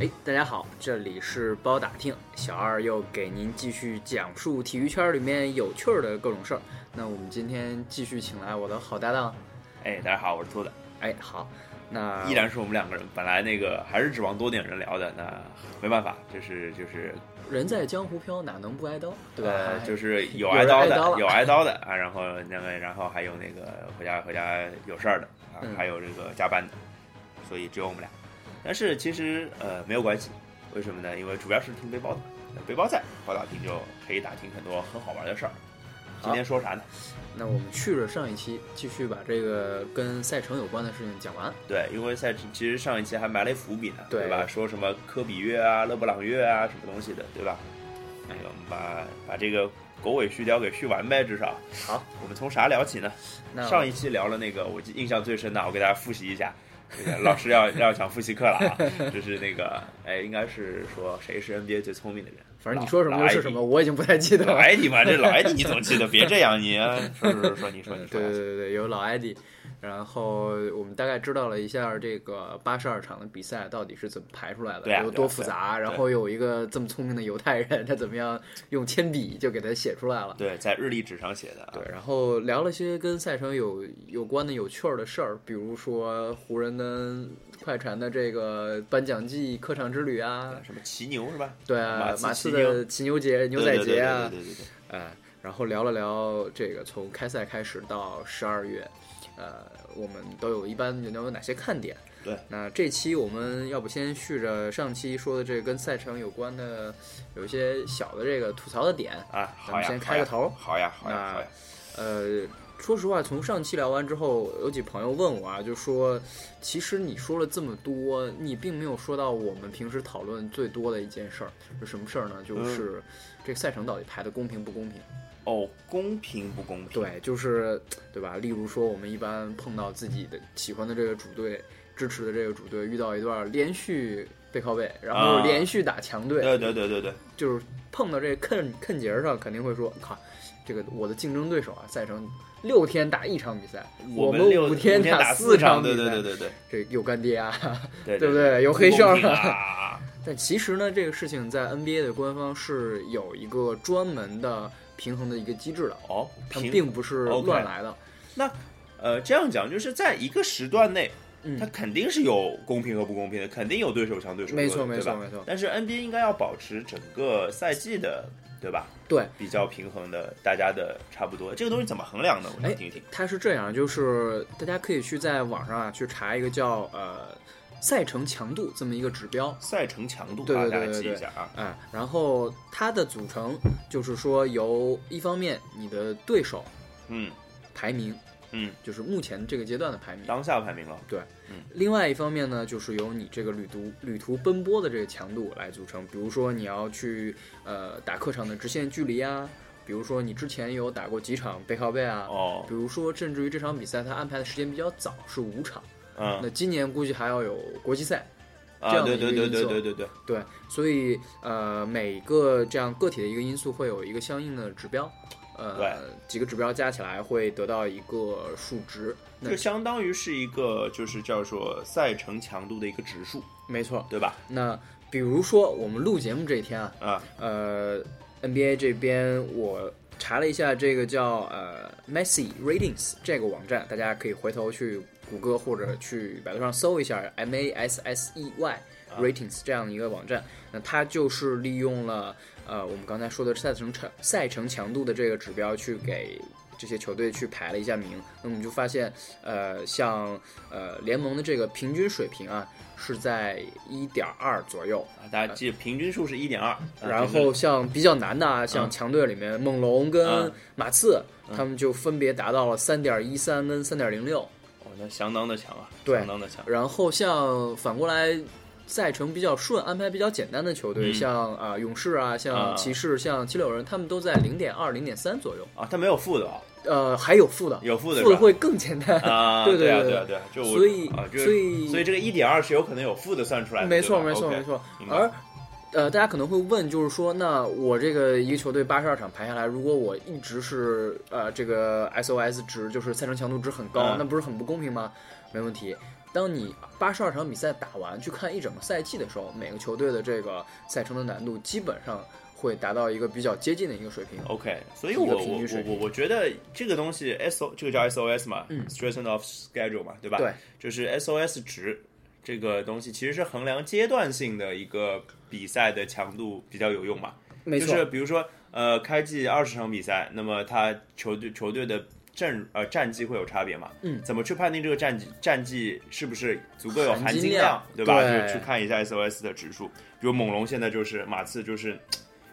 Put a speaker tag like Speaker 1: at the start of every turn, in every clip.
Speaker 1: 哎，大家好，这里是包打听，小二又给您继续讲述体育圈里面有趣儿的各种事儿。那我们今天继续请来我的好搭档，
Speaker 2: 哎，大家好，我是兔子，
Speaker 1: 哎，好，那
Speaker 2: 依然是我们两个人。本来那个还是指望多点人聊的，那没办法，就是就是
Speaker 1: 人在江湖飘，哪能不挨刀，对吧？
Speaker 2: 呃，就是 是有
Speaker 1: 有
Speaker 2: 挨
Speaker 1: 人
Speaker 2: 刀
Speaker 1: 挨
Speaker 2: 的，
Speaker 1: 刀了
Speaker 2: 有挨刀的啊。然后那个，然后还有那个回家回家有事儿的啊
Speaker 1: 嗯，
Speaker 2: 还有这个加班的，所以只有我们俩。但是其实呃没有关系，为什么呢？因为主要是听背包的，那背包在包打听就可以打听很多很好玩的事儿。今天说啥呢？
Speaker 1: 那我们去了上一期，继续把这个跟赛程有关的事情讲完。
Speaker 2: 对，因为赛制其实上一期还埋了一伏笔呢，
Speaker 1: 对
Speaker 2: 对吧？说什么科比月啊、勒布朗月啊，什么东西的，对吧？那个我们把把这个狗尾续貂给续完呗，至少。
Speaker 1: 好，
Speaker 2: 我们从啥聊起呢？
Speaker 1: 那
Speaker 2: 上一期聊了那个我记印象最深的，我给大家复习一下。这个老师要 要讲复习课了啊，就是那个哎，应该是说谁是 NBA 最聪明的人？
Speaker 1: 反正你说什么就是什么，我已经不太记得
Speaker 2: 老。老
Speaker 1: 了。
Speaker 2: 艾迪嘛，这老艾迪你总记 得，别这样你、啊说说说说，你说你
Speaker 1: 嗯，
Speaker 2: 说
Speaker 1: 对对对对，有老艾迪，然后我们大概知道了一下这个八十二场的比赛到底是怎么排出来的，
Speaker 2: 对啊
Speaker 1: 有
Speaker 2: 对啊
Speaker 1: 多复
Speaker 2: 对啊
Speaker 1: 杂，然后有一个这么聪明的犹太人，他怎么样用铅笔就给他写出来了。
Speaker 2: 对，在日历纸上写的啊，
Speaker 1: 对，然后聊了些跟赛程有有关的有趣儿的事儿，比如说湖人跟快船的这个颁奖季客场之旅啊，
Speaker 2: 什么骑牛是吧？
Speaker 1: 对啊
Speaker 2: 马，刺
Speaker 1: 马刺
Speaker 2: 骑牛
Speaker 1: 的骑牛节、牛
Speaker 2: 对
Speaker 1: 仔
Speaker 2: 对对
Speaker 1: 节啊，
Speaker 2: 对对对对对。
Speaker 1: 哎，然后聊了聊这个从开赛开始到十二月，呃，我们都有一般聊有哪些看点？
Speaker 2: 对，
Speaker 1: 那这期我们要不先续着上期说的这个跟赛程有关的，有一些小的这个吐槽的点。
Speaker 2: 啊，
Speaker 1: 咱
Speaker 2: 好
Speaker 1: 们
Speaker 2: 呀，
Speaker 1: 先
Speaker 2: 好
Speaker 1: 开
Speaker 2: 呀
Speaker 1: 个头
Speaker 2: 好呀，好呀，好呀，
Speaker 1: 呃，说实话，从上期聊完之后，有几朋友问我啊，就说，其实你说了这么多，你并没有说到我们平时讨论最多的一件事儿，是什么事儿呢？就是这个赛程到底排的公平不公平？
Speaker 2: 哦，公平不公平？，
Speaker 1: 对，就是对吧？例如说，我们一般碰到自己的喜欢的这个主队、支持的这个主队，遇到一段连续背靠背，然后
Speaker 2: 啊
Speaker 1: 连续打强队，
Speaker 2: 对对对对对，
Speaker 1: 就是碰到这坑坑节儿上，肯定会说，靠，这个我的竞争对手啊，赛程六天打一场比赛，我
Speaker 2: 们六
Speaker 1: 五
Speaker 2: 天
Speaker 1: 打
Speaker 2: 四
Speaker 1: 场比
Speaker 2: 对
Speaker 1: 赛，
Speaker 2: 对对对对
Speaker 1: 这有干爹啊，
Speaker 2: 对
Speaker 1: 对不
Speaker 2: 对？
Speaker 1: 对？有黑哨
Speaker 2: 公平
Speaker 1: 啊。
Speaker 2: 啊！
Speaker 1: 但其实呢，这个事情在 NBA 的官方是有一个专门的平衡的一个机制的，
Speaker 2: 哦，
Speaker 1: 它
Speaker 2: 平
Speaker 1: 并不是
Speaker 2: OK
Speaker 1: 乱来的。
Speaker 2: 呃，这样讲就是在一个时段内，
Speaker 1: 嗯
Speaker 2: 它肯定是有公平和不公平的，肯定有对手强对手弱
Speaker 1: 没
Speaker 2: 的，
Speaker 1: 错没
Speaker 2: 对
Speaker 1: 错
Speaker 2: 吧
Speaker 1: 没错
Speaker 2: 但是 NBA 应该要保持整个赛季的，对吧？
Speaker 1: 对，
Speaker 2: 比较平衡的，大家的差不多。这个东西怎么衡量呢？我
Speaker 1: 哎
Speaker 2: 想听一听。
Speaker 1: 它是这样，就是大家可以去在网上啊去查一个叫呃赛程强度这么一个指标，
Speaker 2: 赛程强度
Speaker 1: 对
Speaker 2: 啊，
Speaker 1: 对
Speaker 2: 大
Speaker 1: 对
Speaker 2: 家
Speaker 1: 对
Speaker 2: 记一
Speaker 1: 对
Speaker 2: 下啊。
Speaker 1: 哎，然后它的组成就是说由一方面你的对手
Speaker 2: 嗯，
Speaker 1: 排名，
Speaker 2: 嗯，
Speaker 1: 就是目前这个阶段的排名，
Speaker 2: 当下排名了。
Speaker 1: 另外一方面呢，就是由你这个旅途旅途奔波的这个强度来组成。比如说你要去呃打客场的直线距离啊，比如说你之前有打过几场背靠背啊，
Speaker 2: 哦
Speaker 1: 比，如说甚至于这场比赛它安排的时间比较早，是五场，
Speaker 2: 嗯
Speaker 1: 那今年估计还要有国际赛，这
Speaker 2: 啊，
Speaker 1: 样的
Speaker 2: 对
Speaker 1: 一个
Speaker 2: 对对对
Speaker 1: 因素
Speaker 2: 对对对。
Speaker 1: 对，所以呃，每个这样个体的一个因素会有一个相应的指标，
Speaker 2: 对
Speaker 1: 呃，几个指标加起来会得到一个数值。那
Speaker 2: 就相当于是一个就是叫做赛程强度的一个指数，
Speaker 1: 没错。
Speaker 2: 对吧？
Speaker 1: 那比如说我们录节目这一天啊，
Speaker 2: 啊，
Speaker 1: 呃，NBA 这边我查了一下这个叫呃 Messi Ratings 这个网站，大家可以回头去谷歌或者去百度上搜一下 M A S S E Y Ratings 这样一个网站。那它就是利用了呃我们刚才说的赛程强赛程强度的这个指标去给。这些球队去排了一下名，那我们就发现，呃，像呃联盟的这个平均水平啊，是在一点二左右，
Speaker 2: 啊大家记平均数是一点二，
Speaker 1: 啊
Speaker 2: 啊
Speaker 1: 然后像比较难的啊，像强队里面猛龙跟
Speaker 2: 嗯
Speaker 1: 马刺，他们就分别达到了三点一三跟三点零六。
Speaker 2: 哦，那相当的强啊，
Speaker 1: 对
Speaker 2: 相当的强，
Speaker 1: 然后像反过来，赛程比较顺、安排比较简单的球队，
Speaker 2: 嗯
Speaker 1: 像啊、勇士啊、像
Speaker 2: 啊
Speaker 1: 骑士、像七六人，他们都在零点二、零点三左右。
Speaker 2: 啊，他没有负的啊，
Speaker 1: 呃，还有负的，
Speaker 2: 有负的
Speaker 1: 负
Speaker 2: 是
Speaker 1: 的
Speaker 2: 吧
Speaker 1: 会更简单。
Speaker 2: 啊，
Speaker 1: 对
Speaker 2: 对
Speaker 1: 对
Speaker 2: 啊
Speaker 1: 对
Speaker 2: 对啊对啊，就我
Speaker 1: 所以
Speaker 2: 啊，就
Speaker 1: 所以
Speaker 2: 所以这个一点二是有可能有负的算出来的，
Speaker 1: 没错，
Speaker 2: 对
Speaker 1: 没
Speaker 2: 吧
Speaker 1: 错，
Speaker 2: OK
Speaker 1: 没错。
Speaker 2: 明白
Speaker 1: 而呃，大家可能会问，就是说，那我这个一个球队八十二场排下来，如果我一直是呃这个 SOS 值，就是赛程强度值很高，
Speaker 2: 嗯
Speaker 1: 那不是很不公平吗？没问题，当你八十二场比赛打完，去看一整个赛季的时候，每个球队的这个赛程的难度基本上会达到一个比较接近的一个水平。
Speaker 2: OK，所以
Speaker 1: 一个
Speaker 2: 我
Speaker 1: 平
Speaker 2: 我
Speaker 1: 均水
Speaker 2: 我
Speaker 1: 平
Speaker 2: 我我觉得这个东西 S O 这个叫 SOS 嘛、
Speaker 1: 嗯
Speaker 2: s t r e s s i n off schedule 嘛，对吧？
Speaker 1: 对，
Speaker 2: 就是 SOS 值这个东西其实是衡量阶段性的一个比赛的强度比较有用嘛。
Speaker 1: 没
Speaker 2: 就是比如说，呃，开季二十场比赛，那么他球队球队的阵呃战绩会有差别嘛？
Speaker 1: 嗯
Speaker 2: 怎么去判定这个战绩战绩是不是足够有
Speaker 1: 含
Speaker 2: 含
Speaker 1: 金
Speaker 2: 金
Speaker 1: 量
Speaker 2: 对吧？
Speaker 1: 对
Speaker 2: 就去看一下 SOS 的指数，比如猛龙现在就是马刺就是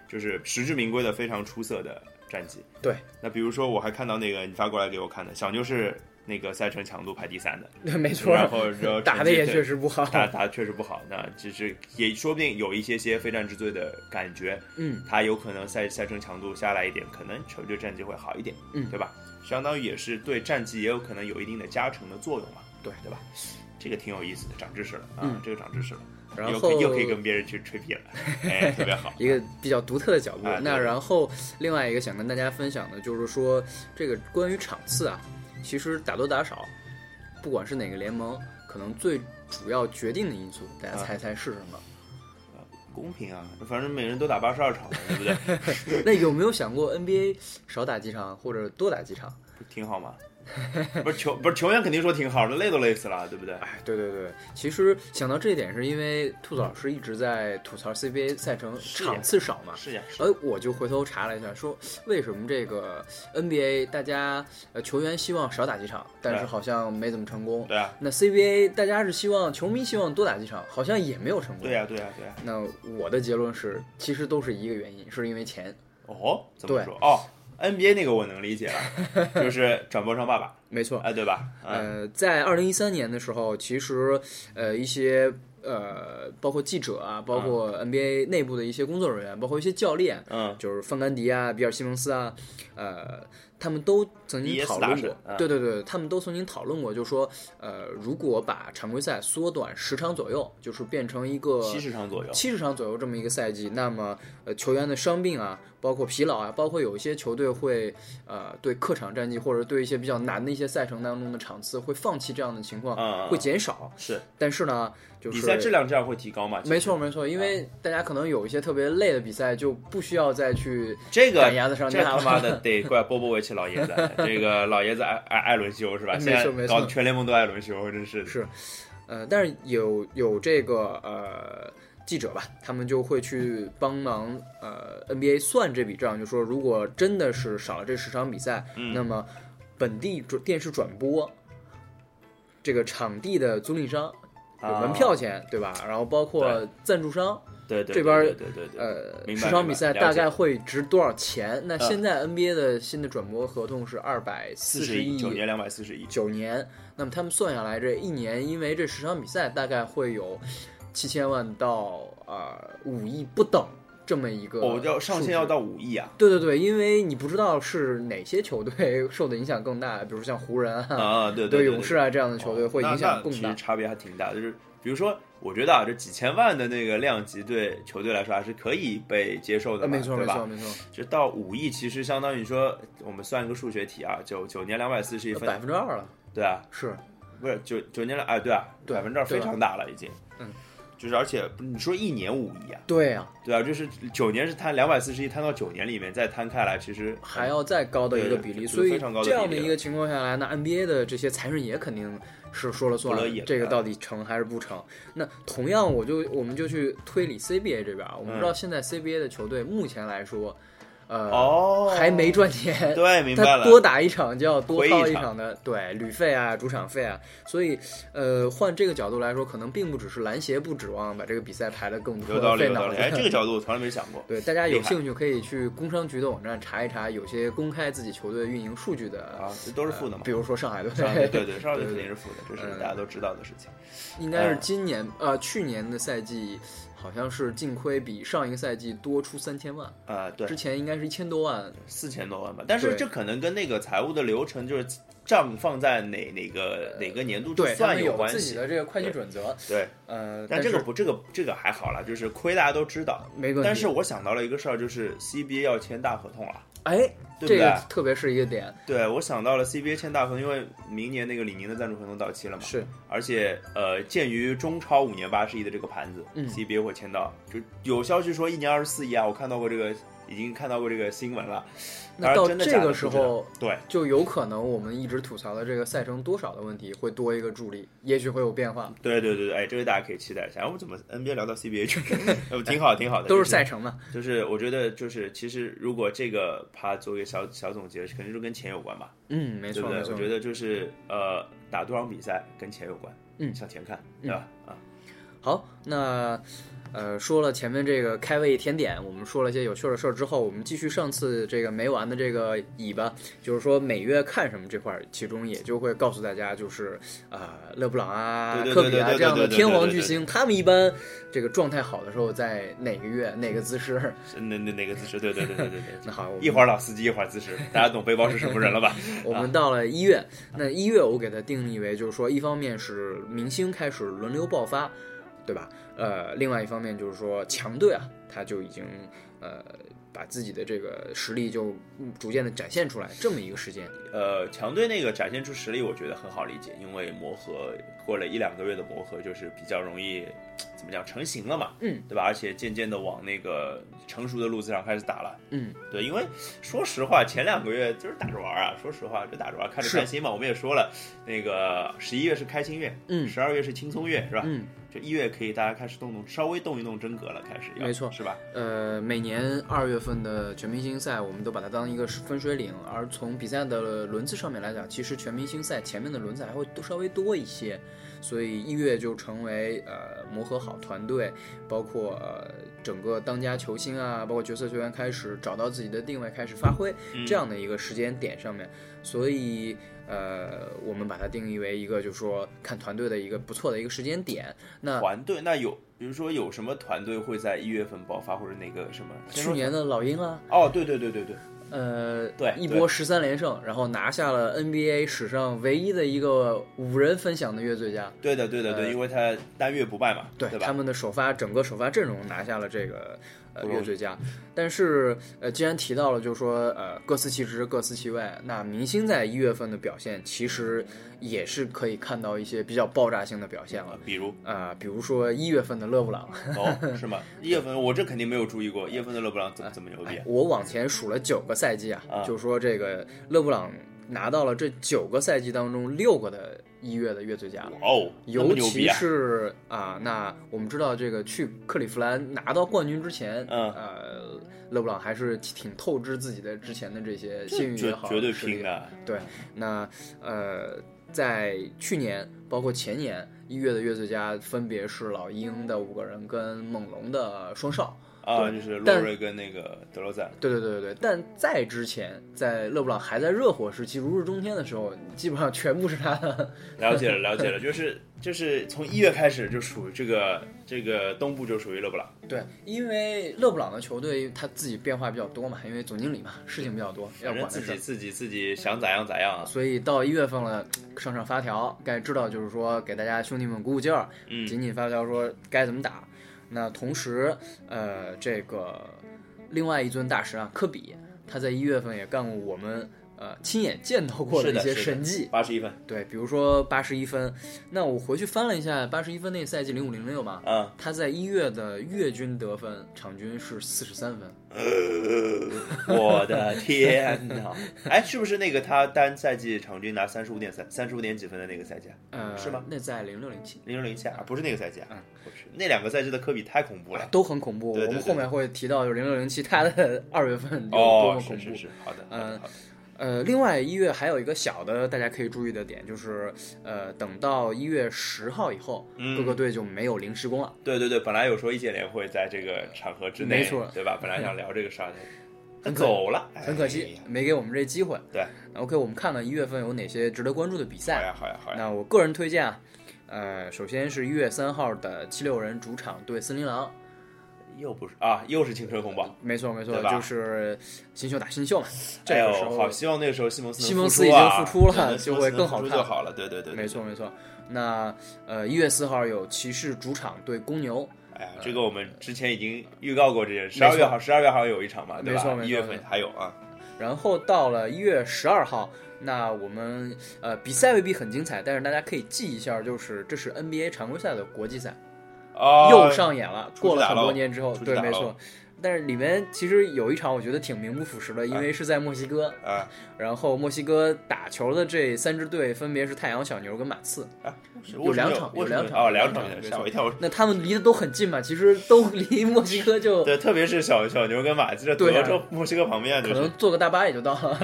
Speaker 2: 就是实至名归的非常出色的战绩。
Speaker 1: 对，
Speaker 2: 那比如说我还看到那个你发过来给我看的，小牛是那个赛程强度排第三的，
Speaker 1: 对， 没错，
Speaker 2: 然后说
Speaker 1: 打的也确实不好。
Speaker 2: 打打得确实不好，那其实也说不定有一些些非战之罪的感觉，
Speaker 1: 嗯，
Speaker 2: 他有可能赛赛程强度下来一点，可能球队战绩会好一点，
Speaker 1: 嗯
Speaker 2: 对吧？相当于也是对战绩也有可能有一定的加成的作用嘛，
Speaker 1: 对
Speaker 2: 对吧？这个挺有意思的，长知识了啊，
Speaker 1: 嗯
Speaker 2: 这个长知识了，
Speaker 1: 然
Speaker 2: 又
Speaker 1: 后
Speaker 2: 可以又可以跟别人去吹
Speaker 1: 。
Speaker 2: 皮了，哎，特别好
Speaker 1: 一个比较独特的脚步。
Speaker 2: 啊对
Speaker 1: 那然后另外一个想跟大家分享的就是说，这个关于场次啊，其实打多打少，不管是哪个联盟，可能最主要决定的因素，大家
Speaker 2: 啊
Speaker 1: 猜猜是什么？
Speaker 2: 公平啊，反正每人都打八十二场，对不对？
Speaker 1: 那有没有想过 NBA 少打几场或者多打几场？
Speaker 2: 不挺好吗？不是球，不是球员肯定说挺好的，累都累死了，对不 对？
Speaker 1: 哎，对对对，其实想到这一点，是因为兔子老师一直在吐槽 CBA 赛程
Speaker 2: 是呀
Speaker 1: 场次少嘛。
Speaker 2: 是呀，是呀
Speaker 1: 哎，我就回头查了一下，说为什么这个 NBA 大家呃球员希望少打几场，但是
Speaker 2: 对
Speaker 1: 好像没怎么成功。
Speaker 2: 对啊，
Speaker 1: 那 CBA 大家是希望球迷希望多打几场，好像也没有成功。
Speaker 2: 对呀、对呀、啊对呀、
Speaker 1: 那我的结论是，其实都是一个原因，是因为钱。
Speaker 2: 哦，怎么
Speaker 1: 对
Speaker 2: 说？哦，NBA 那个我能理解了， 就是转播商爸爸，
Speaker 1: 没错，
Speaker 2: 哎，对吧？嗯，
Speaker 1: 呃，在二零一三年的时候，其实呃一些呃包括记者啊，包括 NBA 内部的一些工作人员，包括一些教练，
Speaker 2: 嗯，
Speaker 1: 就是范甘迪啊、比尔·西蒙斯啊，呃，他们都曾经
Speaker 2: DS
Speaker 1: 讨
Speaker 2: 大
Speaker 1: 论
Speaker 2: 神
Speaker 1: 过，
Speaker 2: 嗯
Speaker 1: 对对对，他们都曾经讨论过，就说，呃，如果把常规赛缩短十场左右，就是变成一个
Speaker 2: 七十场左右，
Speaker 1: 七十场左右这么一个赛季，那么呃球员的伤病啊，包括疲劳啊，包括有一些球队会呃对客场战绩或者对一些比较难的一些赛程当中的场次会放弃这样的情况，
Speaker 2: 嗯嗯嗯
Speaker 1: 会减少。
Speaker 2: 是
Speaker 1: 但是呢，就是
Speaker 2: 比赛质量这啊样会提高嘛？其实
Speaker 1: 没，错没错，因为大家可能有一些特别累的比赛就不需要再去
Speaker 2: 这个
Speaker 1: 赶鸭子上
Speaker 2: 这
Speaker 1: 架了
Speaker 2: 他妈 的得怪波波维奇老爷子，这个老爷子爱爱爱轮休是吧？
Speaker 1: 没错
Speaker 2: 现在
Speaker 1: 没
Speaker 2: 搞
Speaker 1: 错
Speaker 2: 得全联盟都爱轮休，真是的。
Speaker 1: 是呃，但是有有这个呃记者吧，他们就会去帮忙呃 NBA 算这笔账，就说如果真的是少了这十场比赛，
Speaker 2: 嗯
Speaker 1: 那么本地转电视转播这个场地的租赁商。有
Speaker 2: 啊
Speaker 1: 门票钱、对吧？然后包括
Speaker 2: 对
Speaker 1: 赞助商，
Speaker 2: 对对，
Speaker 1: 这边
Speaker 2: 对对对对对，
Speaker 1: 呃，
Speaker 2: 明白
Speaker 1: 十场比赛
Speaker 2: 明白了
Speaker 1: 大
Speaker 2: 解嗯
Speaker 1: 概会值多少钱？那现在 NBA 的新的转播合同是二百四
Speaker 2: 四十
Speaker 1: 亿
Speaker 2: 亿，九年两百四十亿，
Speaker 1: 九年，那么他们算下来，这一年因为这十场比赛大概会有七千万到呃五亿不等这么一个数
Speaker 2: 哦
Speaker 1: 字，，
Speaker 2: 要上限要到五亿啊！
Speaker 1: 对对对，因为你不知道是哪些球队 受的影响更大，比如像湖人啊、
Speaker 2: 啊，对
Speaker 1: 对
Speaker 2: 对，
Speaker 1: 勇士啊这样的球队会
Speaker 2: 哦那
Speaker 1: 影响更
Speaker 2: 那
Speaker 1: 大
Speaker 2: 其实。差别还挺大的。就是比如说，我觉得啊，这几千万的那个量级对球队来说还是可以被接受的
Speaker 1: 呃，
Speaker 2: 嘛，
Speaker 1: 没错
Speaker 2: 对
Speaker 1: 没错
Speaker 2: 吧？
Speaker 1: 没错，
Speaker 2: 就到五亿，其实相当于说，我们算一个数学题啊，九九年两百四十一
Speaker 1: 呃百
Speaker 2: 分，
Speaker 1: 分之二了，
Speaker 2: 对啊，
Speaker 1: 是
Speaker 2: 不是九九年两哎，对啊，
Speaker 1: 对
Speaker 2: 百分之二
Speaker 1: 对
Speaker 2: 非
Speaker 1: 吧
Speaker 2: 常大了已经，
Speaker 1: 嗯，
Speaker 2: 就是而且你说一年五亿啊，
Speaker 1: 对啊，
Speaker 2: 对啊，就是九年是摊两百四十一摊到九年里面再摊开来，其实
Speaker 1: 还要再高的一个比例，
Speaker 2: 对对
Speaker 1: 所以
Speaker 2: 非常高的
Speaker 1: 这样的
Speaker 2: 比例
Speaker 1: 一个情况下来，那 NBA 的这些财神爷肯定是说了算
Speaker 2: 不乐意，了嗯
Speaker 1: 这个到底成还是不成？那同样，我就我们就去推理 CBA 这边啊，我们
Speaker 2: 嗯
Speaker 1: 知道现在 CBA 的球队目前来说，呃，
Speaker 2: 哦，
Speaker 1: 还没赚钱。
Speaker 2: 对，明白
Speaker 1: 他
Speaker 2: 了，
Speaker 1: 多打一场就要多
Speaker 2: 回一
Speaker 1: 掏一
Speaker 2: 场
Speaker 1: 场的，对旅费啊、主场费啊，所以，呃，换这个角度来说，可能并不只是篮协不指望把这个比赛排得更
Speaker 2: 有
Speaker 1: 多
Speaker 2: 道理，
Speaker 1: 费
Speaker 2: 有
Speaker 1: 脑
Speaker 2: 道
Speaker 1: 子
Speaker 2: 理，。哎，这个角度我从来没想过，
Speaker 1: 对，大家
Speaker 2: 厉
Speaker 1: 有
Speaker 2: 害
Speaker 1: 兴趣可以去工商局的网站查一查，有些公开自己球队运营数据的，
Speaker 2: 啊，这都是负的嘛
Speaker 1: 比。如说上海队，
Speaker 2: 上海队啊对对，上海队
Speaker 1: 对
Speaker 2: 肯定是负的，这是
Speaker 1: 嗯
Speaker 2: 大家都知道的事情。
Speaker 1: 应该是今年呃去年的赛季好像是净亏比上一个赛季多出三千万，
Speaker 2: 啊，对
Speaker 1: 之，前应该是一千多万，
Speaker 2: 四千多万吧，但是
Speaker 1: 对
Speaker 2: 这可能跟那个财务的流程，就是账放在哪哪个哪个年度去
Speaker 1: 对，他
Speaker 2: 算
Speaker 1: 们有
Speaker 2: 关
Speaker 1: 自己
Speaker 2: 系。
Speaker 1: 的这个会计准则，
Speaker 2: 对，
Speaker 1: 呃，
Speaker 2: 但
Speaker 1: 但
Speaker 2: 这个
Speaker 1: 是
Speaker 2: 不，这个这个还好啦，就是亏大家都知道。
Speaker 1: 没问题，
Speaker 2: 但是我想到了一个事儿，就是 CBA 要签大合同了，
Speaker 1: 哎，这
Speaker 2: 对不对？
Speaker 1: 个特别是一个点，
Speaker 2: 对我想到了 CBA 签大合同，因为明年那个李宁的赞助合同到期了嘛，
Speaker 1: 是
Speaker 2: 而且呃，鉴于中超五年八十亿的这个盘子、
Speaker 1: 嗯
Speaker 2: c b a 会签到，就有消息说一年二十四亿啊，我看到过这个，已经看到过这个新闻了。当
Speaker 1: 那
Speaker 2: 然
Speaker 1: 到
Speaker 2: 真的
Speaker 1: 这
Speaker 2: 假的
Speaker 1: 个
Speaker 2: 不
Speaker 1: 时
Speaker 2: 知道
Speaker 1: 候，
Speaker 2: 对，
Speaker 1: 就有可能我们一直吐槽的这个赛程多少的问题会多一个助力，也许会有变化，
Speaker 2: 对对对对，哎，这个大家可以期待一下。哎我们怎么 NBA 聊到 CBA 去了？呃挺好，挺好的，
Speaker 1: 都
Speaker 2: 就是
Speaker 1: 赛程嘛。
Speaker 2: 就是我觉得就是，其实如果这个趴做一个小小总结，肯定就跟钱有关吧，
Speaker 1: 嗯，没
Speaker 2: 对
Speaker 1: 错
Speaker 2: 不对
Speaker 1: 没？错
Speaker 2: 我。觉得就是呃，打多少比赛跟钱有关，
Speaker 1: 嗯
Speaker 2: 向前看，对吧？啊，
Speaker 1: 好，那呃说了前面这个开胃甜点，我们说了一些有趣的事儿之后，我们继续上次这个没完的这个尾巴，就是说每月看什么这块儿，其中也就会告诉大家，就是呃勒布朗啊、
Speaker 2: 对对对
Speaker 1: 科比啊
Speaker 2: 对对对
Speaker 1: 这样的
Speaker 2: 对对对
Speaker 1: 天皇
Speaker 2: 对对
Speaker 1: 巨
Speaker 2: 对
Speaker 1: 星，他们一般这个状态好的时候在哪个月哪个姿势？
Speaker 2: 是哪哪哪个姿势？对对对对对对。
Speaker 1: 那好，我们
Speaker 2: 一会儿老司机，一会儿姿势，大家懂背包是什么人了吧？
Speaker 1: 我们到了一月，那一月我给它定义为就是说，一方面是明星开始轮流爆发，对吧？呃，另外一方面就是说强队啊，他就已经呃把自己的这个实力就嗯逐渐的展现出来，这么一个时间。
Speaker 2: 呃，强队那个展现出实力，我觉得很好理解，因为磨合过了一两个月的磨合，就是比较容易怎么讲成型了嘛，
Speaker 1: 嗯，
Speaker 2: 对吧？而且渐渐的往那个成熟的路子上开始打了。
Speaker 1: 嗯，
Speaker 2: 对，因为说实话，前两个月就是打着玩儿啊，说实话就打着玩儿，看着
Speaker 1: 是
Speaker 2: 开心嘛。我们也说了，那个十一月是开心月，
Speaker 1: 嗯
Speaker 2: 十二月是轻松月，是吧？
Speaker 1: 嗯，
Speaker 2: 就一月可以大家开始动动，稍微动一动真格了，开始要
Speaker 1: 没错
Speaker 2: 是吧？
Speaker 1: 呃，每年二月份的全明星赛，我们都把它当一个分水岭，而从比赛的轮次上面来讲，其实全明星赛前面的轮次还会多稍微多一些，所以一月就成为呃磨合好团队，包括呃整个当家球星啊，包括角色球员开始找到自己的定位，开始发挥这样的一个时间点上面，所以呃我们把它定义为一个就是说看团队的一个不错的一个时间点。那
Speaker 2: 团队那有，比如说有什么团队会在一月份爆发，或者哪个什么？先
Speaker 1: 去
Speaker 2: 说
Speaker 1: 年的老鹰啊，
Speaker 2: 哦，对对对对对，
Speaker 1: 呃，
Speaker 2: 对
Speaker 1: 一
Speaker 2: 对
Speaker 1: 波十三连胜，然后拿下了 NBA 史上唯一的一个五人分享的月最佳。
Speaker 2: 对的对的对，因为他单月不败嘛，对
Speaker 1: 呃他
Speaker 2: 吧？
Speaker 1: 们的首发整个首发阵容拿下了这个呃
Speaker 2: 不容易
Speaker 1: 月最佳，但是呃，既然提到了，就是说呃各司其职各司其位，那明星在一月份的表现其实也是可以看到一些比较爆炸性的表现了
Speaker 2: 啊，比如
Speaker 1: 啊、比如说一月份的勒布朗，
Speaker 2: 哦，是吗？一月份我这肯定没有注意过，一月份的勒布朗
Speaker 1: 哎
Speaker 2: 怎么怎么牛逼？
Speaker 1: 我往前数了九个赛季啊，
Speaker 2: 啊
Speaker 1: 就说这个勒布朗拿到了这九个赛季当中六个的一月的月最佳了。
Speaker 2: 哇哦，那么
Speaker 1: 哎尤
Speaker 2: 牛
Speaker 1: 其
Speaker 2: 逼啊！
Speaker 1: 是啊、那我们知道这个去克利夫兰拿到冠军之前，
Speaker 2: 嗯
Speaker 1: 呃，勒布朗还是挺挺透支自己的之前的这些
Speaker 2: 这
Speaker 1: 信誉
Speaker 2: 绝
Speaker 1: 也好，
Speaker 2: 绝对
Speaker 1: 实力
Speaker 2: 拼
Speaker 1: 也好。
Speaker 2: 的，啊
Speaker 1: 对，那呃，在去年包括前年一月的月最佳分别是老鹰的五个人跟猛龙的双少，
Speaker 2: 啊，就是洛
Speaker 1: 但
Speaker 2: 瑞跟那个德罗赞，
Speaker 1: 对对对对对，但在之前，在勒布朗还在热火时期如日中天的时候，基本上全部是他的。
Speaker 2: 了解了了解了，就是就是从一月开始就属于这个这个东部就属于勒布朗，
Speaker 1: 对，因为勒布朗的球队他自己变化比较多嘛，因为总经理嘛，事情比较多，要
Speaker 2: 反正
Speaker 1: 管
Speaker 2: 自
Speaker 1: 的事
Speaker 2: 己
Speaker 1: 儿。
Speaker 2: 自己自己想咋样咋样啊，
Speaker 1: 所以到一月份了，上上发条，该知道就是说给大家兄弟们鼓鼓劲儿，
Speaker 2: 嗯
Speaker 1: 紧紧发条说该怎么打。那同时，呃，这个另外一尊大神啊，科比，他在一月份也干过我们呃亲眼见到过
Speaker 2: 是
Speaker 1: 一
Speaker 2: 的
Speaker 1: 些
Speaker 2: 是的
Speaker 1: 神迹，
Speaker 2: 八十一分，
Speaker 1: 对，比如说八十一分，那我回去翻了一下，八十一分那个赛季零五零六嘛，
Speaker 2: 嗯，
Speaker 1: 他在一月的月均得分场均是四十三分，
Speaker 2: 我的天哪！哎，是不是那个他单赛季场均拿三十五点三、三十五点几分的那个赛季啊？
Speaker 1: 呃，
Speaker 2: 是吗？
Speaker 1: 那在零六零七
Speaker 2: 零零零七啊，不是那个赛季
Speaker 1: 嗯
Speaker 2: 啊，我去，那两个赛季的科比太恐怖了。
Speaker 1: 都很恐怖，
Speaker 2: 对对
Speaker 1: 我们
Speaker 2: 对
Speaker 1: 后面会提到，就是零六零七他的 二月份有多
Speaker 2: 哦
Speaker 1: 么，恐
Speaker 2: 是
Speaker 1: 怖。
Speaker 2: 是是，好的，好
Speaker 1: 嗯
Speaker 2: 的，好的。
Speaker 1: 呃，另外一月还有一个小的大家可以注意的点，就是呃，等到一月十号以后，
Speaker 2: 嗯
Speaker 1: 各个队就没有临时工了。
Speaker 2: 对对对，本来有说一届联会在这个场合之内，
Speaker 1: 没错
Speaker 2: 对吧？本来想聊这个事儿的，他
Speaker 1: 很可
Speaker 2: 走了，
Speaker 1: 很可惜，没给我们这机会。
Speaker 2: 哎对
Speaker 1: ，OK，我们看看一月份有哪些值得关注的比
Speaker 2: 哎
Speaker 1: 赛
Speaker 2: 呀。好。呀，好呀，好呀。
Speaker 1: 那我个人推荐啊，呃，首先是一月三号的七六人主场对森林狼，
Speaker 2: 又不是啊，又是青春风暴。
Speaker 1: 没错没错
Speaker 2: 对，吧
Speaker 1: 就是新秀打新秀嘛，这
Speaker 2: 哎
Speaker 1: 个
Speaker 2: 呦
Speaker 1: 时候、
Speaker 2: 好希望那个时候西蒙斯能
Speaker 1: 西蒙斯
Speaker 2: 复出
Speaker 1: 已
Speaker 2: 啊
Speaker 1: 经复出了
Speaker 2: 真的西
Speaker 1: 就
Speaker 2: 蒙斯
Speaker 1: 会
Speaker 2: 能
Speaker 1: 更
Speaker 2: 复
Speaker 1: 好
Speaker 2: 出
Speaker 1: 看
Speaker 2: 就
Speaker 1: 了
Speaker 2: 好了。对对对，对
Speaker 1: 没错。没错。那呃，一月四号有骑士主场对公牛，
Speaker 2: 哎呀，这个我们之前已经预告过这件事，十
Speaker 1: 没
Speaker 2: 二
Speaker 1: 错
Speaker 2: 月好，十二月好像有一场嘛，对
Speaker 1: 没错
Speaker 2: 吧？
Speaker 1: 没错
Speaker 2: 一月
Speaker 1: 没
Speaker 2: 份
Speaker 1: 错
Speaker 2: 还有啊，
Speaker 1: 然后到了一月十二号，那我们呃比赛未必很精彩，但是大家可以记一下，就是这是 NBA 常规赛的国际赛，
Speaker 2: 啊，
Speaker 1: 又上演了，
Speaker 2: 出去
Speaker 1: 过了
Speaker 2: 打
Speaker 1: 很
Speaker 2: 喽
Speaker 1: 多年之后，
Speaker 2: 出去
Speaker 1: 对，
Speaker 2: 打
Speaker 1: 没
Speaker 2: 喽
Speaker 1: 错。但是里面其实有一场我觉得挺名不副实的，
Speaker 2: 哎
Speaker 1: 因为是在墨西哥，
Speaker 2: 啊，
Speaker 1: 然后墨西哥打球的这三支队分别是太阳、小牛跟马刺，
Speaker 2: 是
Speaker 1: 有两场
Speaker 2: 为什么
Speaker 1: 有两场
Speaker 2: 哦，
Speaker 1: 有两
Speaker 2: 两
Speaker 1: 场
Speaker 2: 场，吓我一跳。我
Speaker 1: 那他们离得都很近嘛，其实都离墨西哥就
Speaker 2: 对，特别是小小牛跟马，这
Speaker 1: 对啊
Speaker 2: 德州墨西哥旁边啊
Speaker 1: 可
Speaker 2: 就是
Speaker 1: 能坐个大巴也就到 了。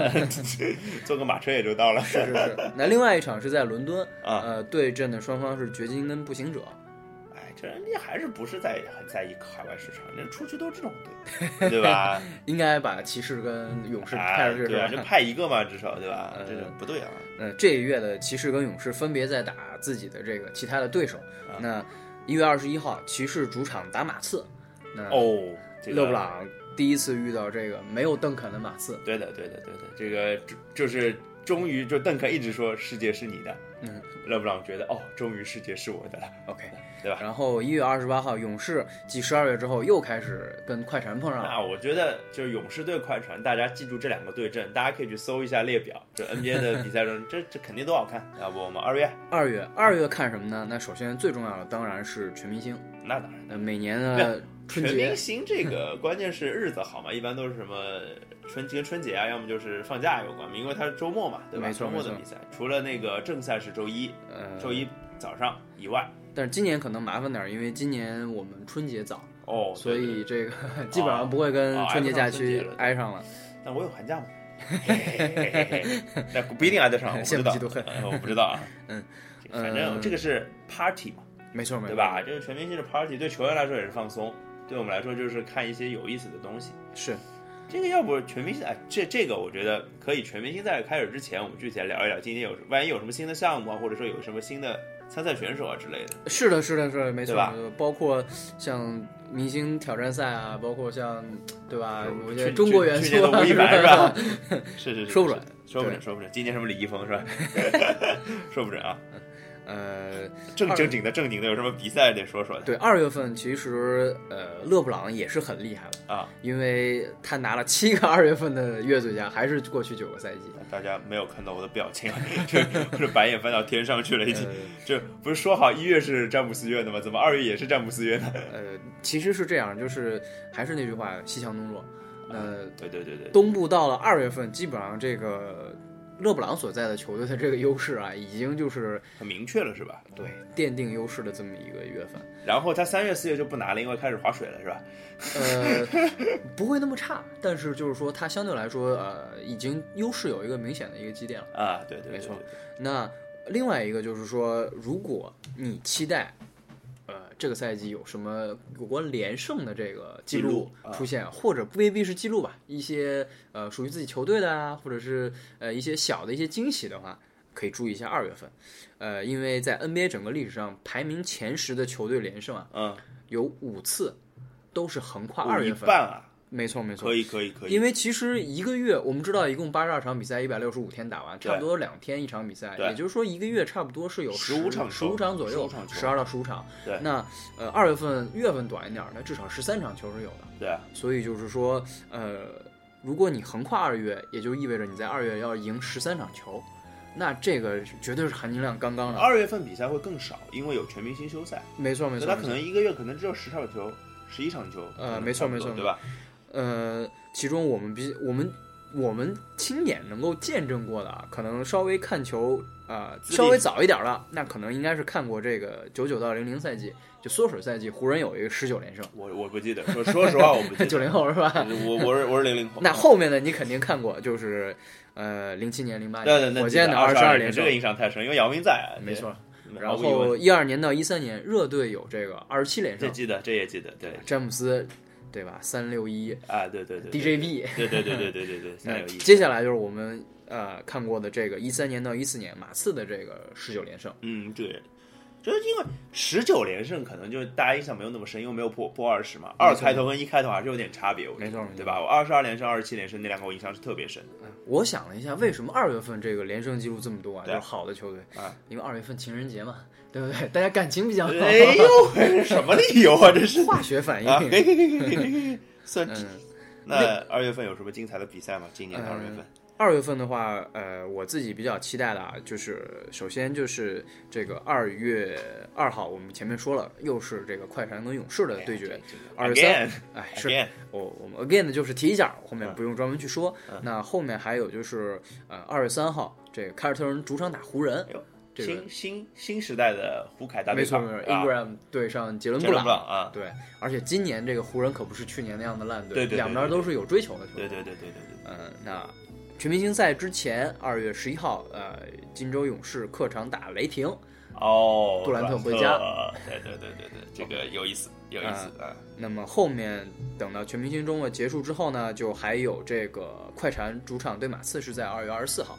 Speaker 2: 坐个马车也就到了。
Speaker 1: 是是是。那另外一场是在伦敦，
Speaker 2: 啊
Speaker 1: 呃，对阵的双方是掘金跟步行者。
Speaker 2: 哎，这 NBA 还是不是在很在意海外市场，那出去都这种队， 对吧？
Speaker 1: 应该把骑士跟勇士派
Speaker 2: 哎，
Speaker 1: 出去
Speaker 2: 对啊，
Speaker 1: 是
Speaker 2: 就
Speaker 1: 吧？
Speaker 2: 派一个嘛，至少对吧？
Speaker 1: 嗯
Speaker 2: 这就不对啊。
Speaker 1: 呃，这一月的骑士跟勇士分别在打自己的这个其他的对手。
Speaker 2: 啊
Speaker 1: 那一月二十一号，骑士主场打马刺。那
Speaker 2: 哦，这个
Speaker 1: 勒布朗第一次遇到这个没有邓肯的马刺，
Speaker 2: 对的，对的，对的，这个就就是终于就邓肯一直说世界是你的，
Speaker 1: 嗯
Speaker 2: 勒布朗觉得哦，终于世界是我的了，
Speaker 1: ，OK，
Speaker 2: 对吧
Speaker 1: 然后一月二十八号，勇士继十二月之后又开始跟快船碰上了。
Speaker 2: 那我觉得就是勇士对快船，大家记住这两个对阵，大家可以去搜一下列表，这 NBA 的比赛中，这这肯定都好看。要不我们二月，
Speaker 1: 二月，二月看什么呢？那首先最重要的当然是全明星。
Speaker 2: 那当然。
Speaker 1: 呃，每年 的春
Speaker 2: 全明
Speaker 1: 节，
Speaker 2: 星这个关键是日子好嘛，一般都是什么春跟春节啊，要么就是放假有关嘛，因为它是周末嘛，对吧？
Speaker 1: 没错
Speaker 2: 周末的
Speaker 1: 没错
Speaker 2: 比赛，除了那个正赛是周一，
Speaker 1: 呃，
Speaker 2: 周一早上以外，
Speaker 1: 但是今年可能麻烦点儿，因为今年我们春节早，
Speaker 2: 哦，
Speaker 1: 所
Speaker 2: 对对
Speaker 1: 以这个 基本上不会跟
Speaker 2: 哦
Speaker 1: 春节假
Speaker 2: 挨不上春
Speaker 1: 期
Speaker 2: 节了
Speaker 1: 挨上了。
Speaker 2: 但我有寒假吗？嘿嘿嘿嘿嘿 那不一定挨得 上，我不知道
Speaker 1: 羡慕嫉妒恨，
Speaker 2: 呃我不知道啊。
Speaker 1: 嗯，
Speaker 2: 反
Speaker 1: 呃
Speaker 2: 正这个是 party 嘛，
Speaker 1: 没错，没错，
Speaker 2: 对？吧？这个全明星的 party 对球员来说也是放松，对我们来说就是看一些有意思的东西。
Speaker 1: 是，
Speaker 2: 这个要不全明星，哎，这这个我觉得可以。全明星赛开始之前，我们具体来聊一聊，今天有万一有什么新的项目啊，或者说有什么新的参赛选手啊之类的。
Speaker 1: 是的，是的，是的，没错
Speaker 2: 对吧。
Speaker 1: 没错包括像明星挑战赛啊，包括像对吧？我觉得
Speaker 2: 去
Speaker 1: 中国元
Speaker 2: 去去
Speaker 1: 素
Speaker 2: 年的
Speaker 1: 啊
Speaker 2: 吴亦凡是吧？ 是是是，
Speaker 1: 说不准
Speaker 2: 是，说不准，
Speaker 1: 对
Speaker 2: 说不准。今年什么李易峰是吧？ 说不准啊。
Speaker 1: 呃，
Speaker 2: 正
Speaker 1: 二
Speaker 2: 正经的正经的有什么比赛得说说的
Speaker 1: 对，二月份其实呃，勒布朗也是很厉害了，
Speaker 2: 啊？
Speaker 1: 因为他拿了七个二月份的月最佳，还是过去九个赛季。
Speaker 2: 大家没有看到我的表情， 这这白眼翻到天上去了，已经
Speaker 1: 呃。
Speaker 2: 这不是说好一月是詹姆斯月的吗？怎么二月也是詹姆斯月呢？
Speaker 1: 呃，其实是这样，就是还是那句话，西强东弱。呃，
Speaker 2: 对对对对，
Speaker 1: 东部到了二月份，基本上这个勒布朗所在的球队的这个优势啊，已经就是
Speaker 2: 很明确了是吧？
Speaker 1: 对奠定优势的这么一个月份。
Speaker 2: 然后他三月四月就不拿了，因为开始划水了是吧？
Speaker 1: 呃， 不会那么差，但是就是说它相对来说，呃，已经优势有一个明显的一个积淀了。
Speaker 2: 啊，对对，
Speaker 1: 没错
Speaker 2: 对。对
Speaker 1: 那另外一个就是说，如果你期待。呃，这个赛季有什么有关连胜的这个记
Speaker 2: 记
Speaker 1: 录
Speaker 2: 录啊
Speaker 1: 出现，或者不未必是记录吧，一些呃属于自己球队的啊，或者是呃一些小的一些惊喜的话，可以注意一下二月份。呃，因为在 NBA 整个历史上，排名前十的球队连胜啊，
Speaker 2: 嗯，
Speaker 1: 有五次都是横跨
Speaker 2: 哦
Speaker 1: 二月
Speaker 2: 一
Speaker 1: 份。
Speaker 2: 半啊，
Speaker 1: 没错，没错。
Speaker 2: 可以可以可以，
Speaker 1: 因为其实一个月，我们知道一共八十二场比赛，一百六十五天打完，
Speaker 2: 对
Speaker 1: 差不多两天一场比赛，
Speaker 2: 对
Speaker 1: 也就是说一个月差不多是有
Speaker 2: 15场
Speaker 1: 十五场左右
Speaker 2: 15场，球
Speaker 1: 十二到十五场。
Speaker 2: 对
Speaker 1: 那呃二月份月份短一点儿，那至少十三场球是有的。
Speaker 2: 对啊，
Speaker 1: 所以就是说，呃，如果你横跨二月，也就意味着你在二月要赢十三场球，那这个是绝对是含金量刚刚的。
Speaker 2: 二月份比赛会更少，因为有全明星休赛，
Speaker 1: 没错，没
Speaker 2: 那
Speaker 1: 错，
Speaker 2: 他
Speaker 1: 没
Speaker 2: 可
Speaker 1: 错
Speaker 2: 能一个月可能只有十场球，十一场球，
Speaker 1: 呃
Speaker 2: 可能
Speaker 1: 没错
Speaker 2: 差不多
Speaker 1: 没错
Speaker 2: 对吧？
Speaker 1: 呃，其中我们比我们我们亲眼能够见证过的啊，可能稍微看球啊、呃
Speaker 2: 资历
Speaker 1: 稍微早一点儿的，那可能应该是看过这个九九到零零赛季，就缩水赛季，湖人有一个十九连胜，
Speaker 2: 我我不记得，说说实话我不记 得，
Speaker 1: 九零后是吧？
Speaker 2: 我我是我是零零后，
Speaker 1: 那后面的你肯定看过，就是呃零七年、零八
Speaker 2: 对对
Speaker 1: 年
Speaker 2: 对，
Speaker 1: 火箭的
Speaker 2: 二
Speaker 1: 二十二连
Speaker 2: 连这
Speaker 1: 胜
Speaker 2: 个，印象太深，因为姚明在啊，
Speaker 1: 没错。
Speaker 2: 对，
Speaker 1: 然
Speaker 2: 毫无疑问
Speaker 1: 后一二年到一三年，热队有这嗯个二十七连
Speaker 2: 这
Speaker 1: 胜，
Speaker 2: 记得，这也记得，对
Speaker 1: 詹姆斯对吧？三六一
Speaker 2: 啊，对对对
Speaker 1: DJB。
Speaker 2: 对对对对对对对，
Speaker 1: 那
Speaker 2: 三有意
Speaker 1: 哎接
Speaker 2: 思。
Speaker 1: 下来就是我们呃看过的这个一三年到一四年马刺的这个十九连胜，
Speaker 2: 嗯，对，就是因为十九连胜，可能就大家印象没有那么深，因为没有破破二十嘛，二开头跟一开头还是有点差别，我觉得
Speaker 1: 没错没错
Speaker 2: 对吧？我二十二连胜、二十七连胜那两个我印象是特别深的，
Speaker 1: 我想了一下，为什么二月份这个连胜记录这么多啊？就
Speaker 2: 对
Speaker 1: 是好的球队
Speaker 2: 啊，
Speaker 1: 因为二月份情人节嘛，对不对？大家感情比较好，
Speaker 2: 哎呦，这是什么理由啊？这是
Speaker 1: 化学反应。
Speaker 2: 啊，嘿嘿嘿嘿嘿嘿，算
Speaker 1: 嗯，
Speaker 2: 那二月份有什么精彩的比赛吗？今年的二月份？
Speaker 1: 二月份的话，呃，我自己比较期待的啊，就是首先就是这个二月二号，我们前面说了，又是这个快船跟勇士的对决。二月三，哎，是
Speaker 2: 哎 Again
Speaker 1: 我我们 again 就是提一下，后
Speaker 2: 嗯
Speaker 1: 面不用专门去说。那后面还有就是，呃，二月三号，这个凯尔特人主场打湖人
Speaker 2: 哎呦，
Speaker 1: 这个
Speaker 2: 新新新时代的胡凯大
Speaker 1: 没
Speaker 2: 对
Speaker 1: 错
Speaker 2: 抗，
Speaker 1: 没错
Speaker 2: 啊
Speaker 1: ，Ingram 对上杰伦
Speaker 2: 杰
Speaker 1: 布朗
Speaker 2: 伦布，朗啊，
Speaker 1: 对，而且今年这个湖人可不是去年那样的烂队，
Speaker 2: 对对对
Speaker 1: 两边都是有追求的球队。
Speaker 2: 对对对对对对，
Speaker 1: 嗯，那全明星赛之前，二月十一号，呃，金州勇士客场打雷霆。
Speaker 2: 哦，
Speaker 1: 杜兰特
Speaker 2: 特
Speaker 1: 回家，嗯
Speaker 2: 对对对对对，这个有意思有意思啊，
Speaker 1: 那么后面等到全明星周末结束之后呢，就还有这个快船主场对马刺是在二月二十四号。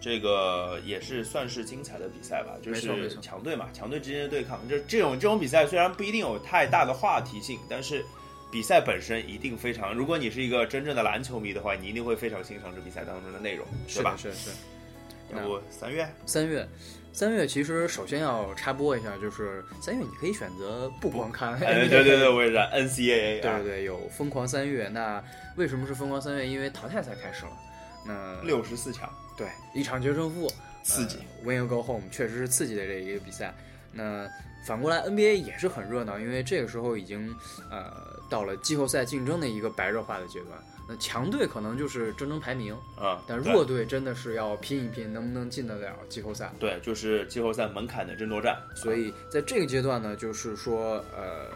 Speaker 2: 这个也是算是精彩的比赛吧，就
Speaker 1: 没错没
Speaker 2: 是
Speaker 1: 错
Speaker 2: 强队嘛，强队之间的对抗，就这种这种比赛虽然不一定有太大的话题性，但是比赛本身一定非常，如果你是一个真正的篮球迷的话，你一定会非常欣赏这比赛当中的内容，
Speaker 1: 是
Speaker 2: 对
Speaker 1: 的，
Speaker 2: 吧？
Speaker 1: 是的是的。
Speaker 2: 要不三月
Speaker 1: 三月，三月其实首先要插播一下，就是三月你可以选择不观看。
Speaker 2: 哎， 对对对，我也是
Speaker 1: 对
Speaker 2: NCAA，啊
Speaker 1: 对，对，有疯狂三月。那为什么是疯狂三月？因为淘汰赛开始了。那
Speaker 2: 六十四强，
Speaker 1: 对一场决胜负，
Speaker 2: 刺激。
Speaker 1: 呃 When you go home 确实是刺激的这一个比赛。那反过来 NBA 也是很热闹，因为这个时候已经呃到了季后赛竞争的一个白热化的阶段。那强队可能就是争争排名，
Speaker 2: 啊，
Speaker 1: 嗯但
Speaker 2: 对
Speaker 1: 弱队真的是要拼一拼，能不能进得了季后赛。
Speaker 2: 对，就是季后赛门槛的争夺战，
Speaker 1: 所以在这个阶段呢，就是说呃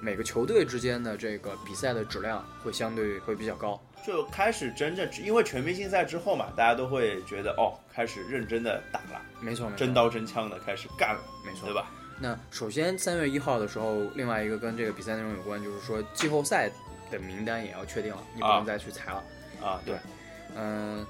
Speaker 1: 每个球队之间的这个比赛的质量会相对会比较高。
Speaker 2: 就开始真正，因为全明星赛之后嘛，大家都会觉得哦，开始认真的打了，
Speaker 1: 没错，没错
Speaker 2: 真刀真枪的开始干了，
Speaker 1: 嗯没错
Speaker 2: 对吧？
Speaker 1: 那首先三月一号的时候，另外一个跟这个比赛内容有关，就是说季后赛的名单也要确定了，你不
Speaker 2: 啊
Speaker 1: 能再去裁了。
Speaker 2: 啊，对，
Speaker 1: 嗯、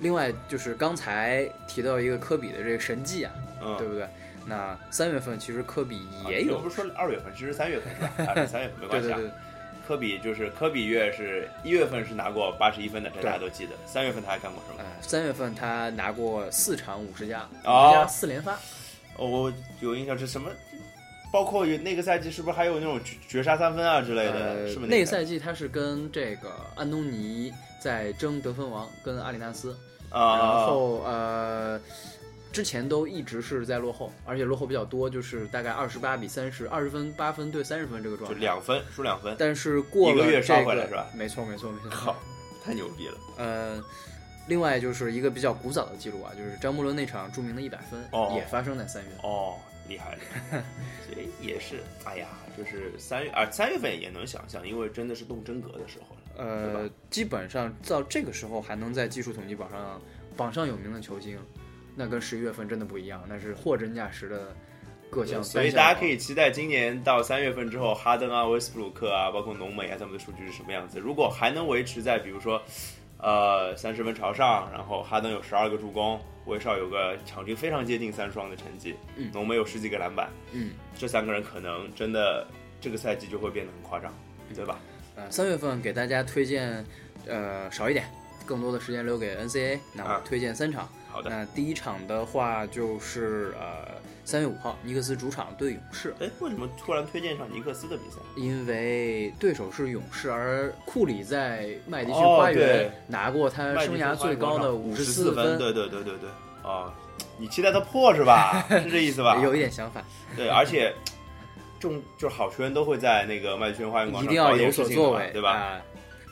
Speaker 1: 另外就是刚才提到一个科比的这个神迹啊，
Speaker 2: 嗯，
Speaker 1: 对不对？那三月份其实科比
Speaker 2: 啊
Speaker 1: 也
Speaker 2: 你
Speaker 1: 有，
Speaker 2: 不是说二月份，其实三月份是吧？啊，三月份
Speaker 1: 对
Speaker 2: 没关系
Speaker 1: 对
Speaker 2: 啊。
Speaker 1: 对，
Speaker 2: 科比就是科比月是一月份是拿过八十一分的，这
Speaker 1: 对
Speaker 2: 大家都记得。三月份他还干过什么？
Speaker 1: 呃，三月份他拿过四场五十加，五
Speaker 2: 哦
Speaker 1: 十加四连发，
Speaker 2: 哦，我有印象是什么？包括有那个赛季是不是还有那种绝绝杀三分啊之类的？
Speaker 1: 呃
Speaker 2: 是不，是
Speaker 1: 那
Speaker 2: 个
Speaker 1: 个赛季他是跟这个安东尼在争得分王，跟阿里纳斯。
Speaker 2: 啊？
Speaker 1: 然后呃，之前都一直是在落后，而且落后比较多，就是大概二十八比三十，二十分八分对三十分这个状
Speaker 2: 就
Speaker 1: 态。
Speaker 2: 两分输两分，
Speaker 1: 但是过
Speaker 2: 一个
Speaker 1: 了
Speaker 2: 月
Speaker 1: 这
Speaker 2: 刷回来是吧
Speaker 1: 没错没错没错。
Speaker 2: 靠，太牛逼了！
Speaker 1: 呃，另外就是一个比较古早的记录啊，就是张伯伦那场著名的一百分，
Speaker 2: 哦
Speaker 1: 也发生在三月。
Speaker 2: 哦，厉害厉害，所以也是，哎呀，就是三月啊，三月份也能想象，因为真的是动真格的时候了。对
Speaker 1: 呃，基本上到这个时候还能在技术统计榜上榜上有名的球星，那跟十一月份真的不一样，那是货真价实的各项。
Speaker 2: 嗯所以大家可以期待今年到三月份之后，哈登啊、威斯布鲁克啊，包括浓眉啊，他们的数据是什么样子。如果还能维持在比如说，呃，三十分朝上，然后哈登有十二个助攻，威少有个场均非常接近三双的成绩，
Speaker 1: 嗯
Speaker 2: 浓眉有十几个篮板，
Speaker 1: 嗯。
Speaker 2: 这三个人可能真的这个赛季就会变得很夸张，对吧？
Speaker 1: 呃，三月份给大家推荐，呃，少一点，更多的时间留给 NCA。那我
Speaker 2: 啊
Speaker 1: 推荐三场。
Speaker 2: 好的。
Speaker 1: 那第一场的话就是呃，三月五号，尼克斯主场对勇士，
Speaker 2: 哎，为什么突然推荐上尼克斯的比赛？
Speaker 1: 因为对手是勇士，而库里在麦迪逊
Speaker 2: 哦
Speaker 1: 花园
Speaker 2: 对
Speaker 1: 拿过他生涯最高的
Speaker 2: 五
Speaker 1: 十
Speaker 2: 四
Speaker 1: 分，
Speaker 2: 对对对对对，啊，你期待他破 是吧？是这意思吧？
Speaker 1: 有一点想法，
Speaker 2: 对，而且中就是好球员都会在那个麦迪逊花园广
Speaker 1: 一
Speaker 2: 场
Speaker 1: 定
Speaker 2: 搞
Speaker 1: 要
Speaker 2: 一
Speaker 1: 有
Speaker 2: 点事
Speaker 1: 所
Speaker 2: 情的
Speaker 1: 作
Speaker 2: 嘛
Speaker 1: 为，
Speaker 2: 对吧？
Speaker 1: 啊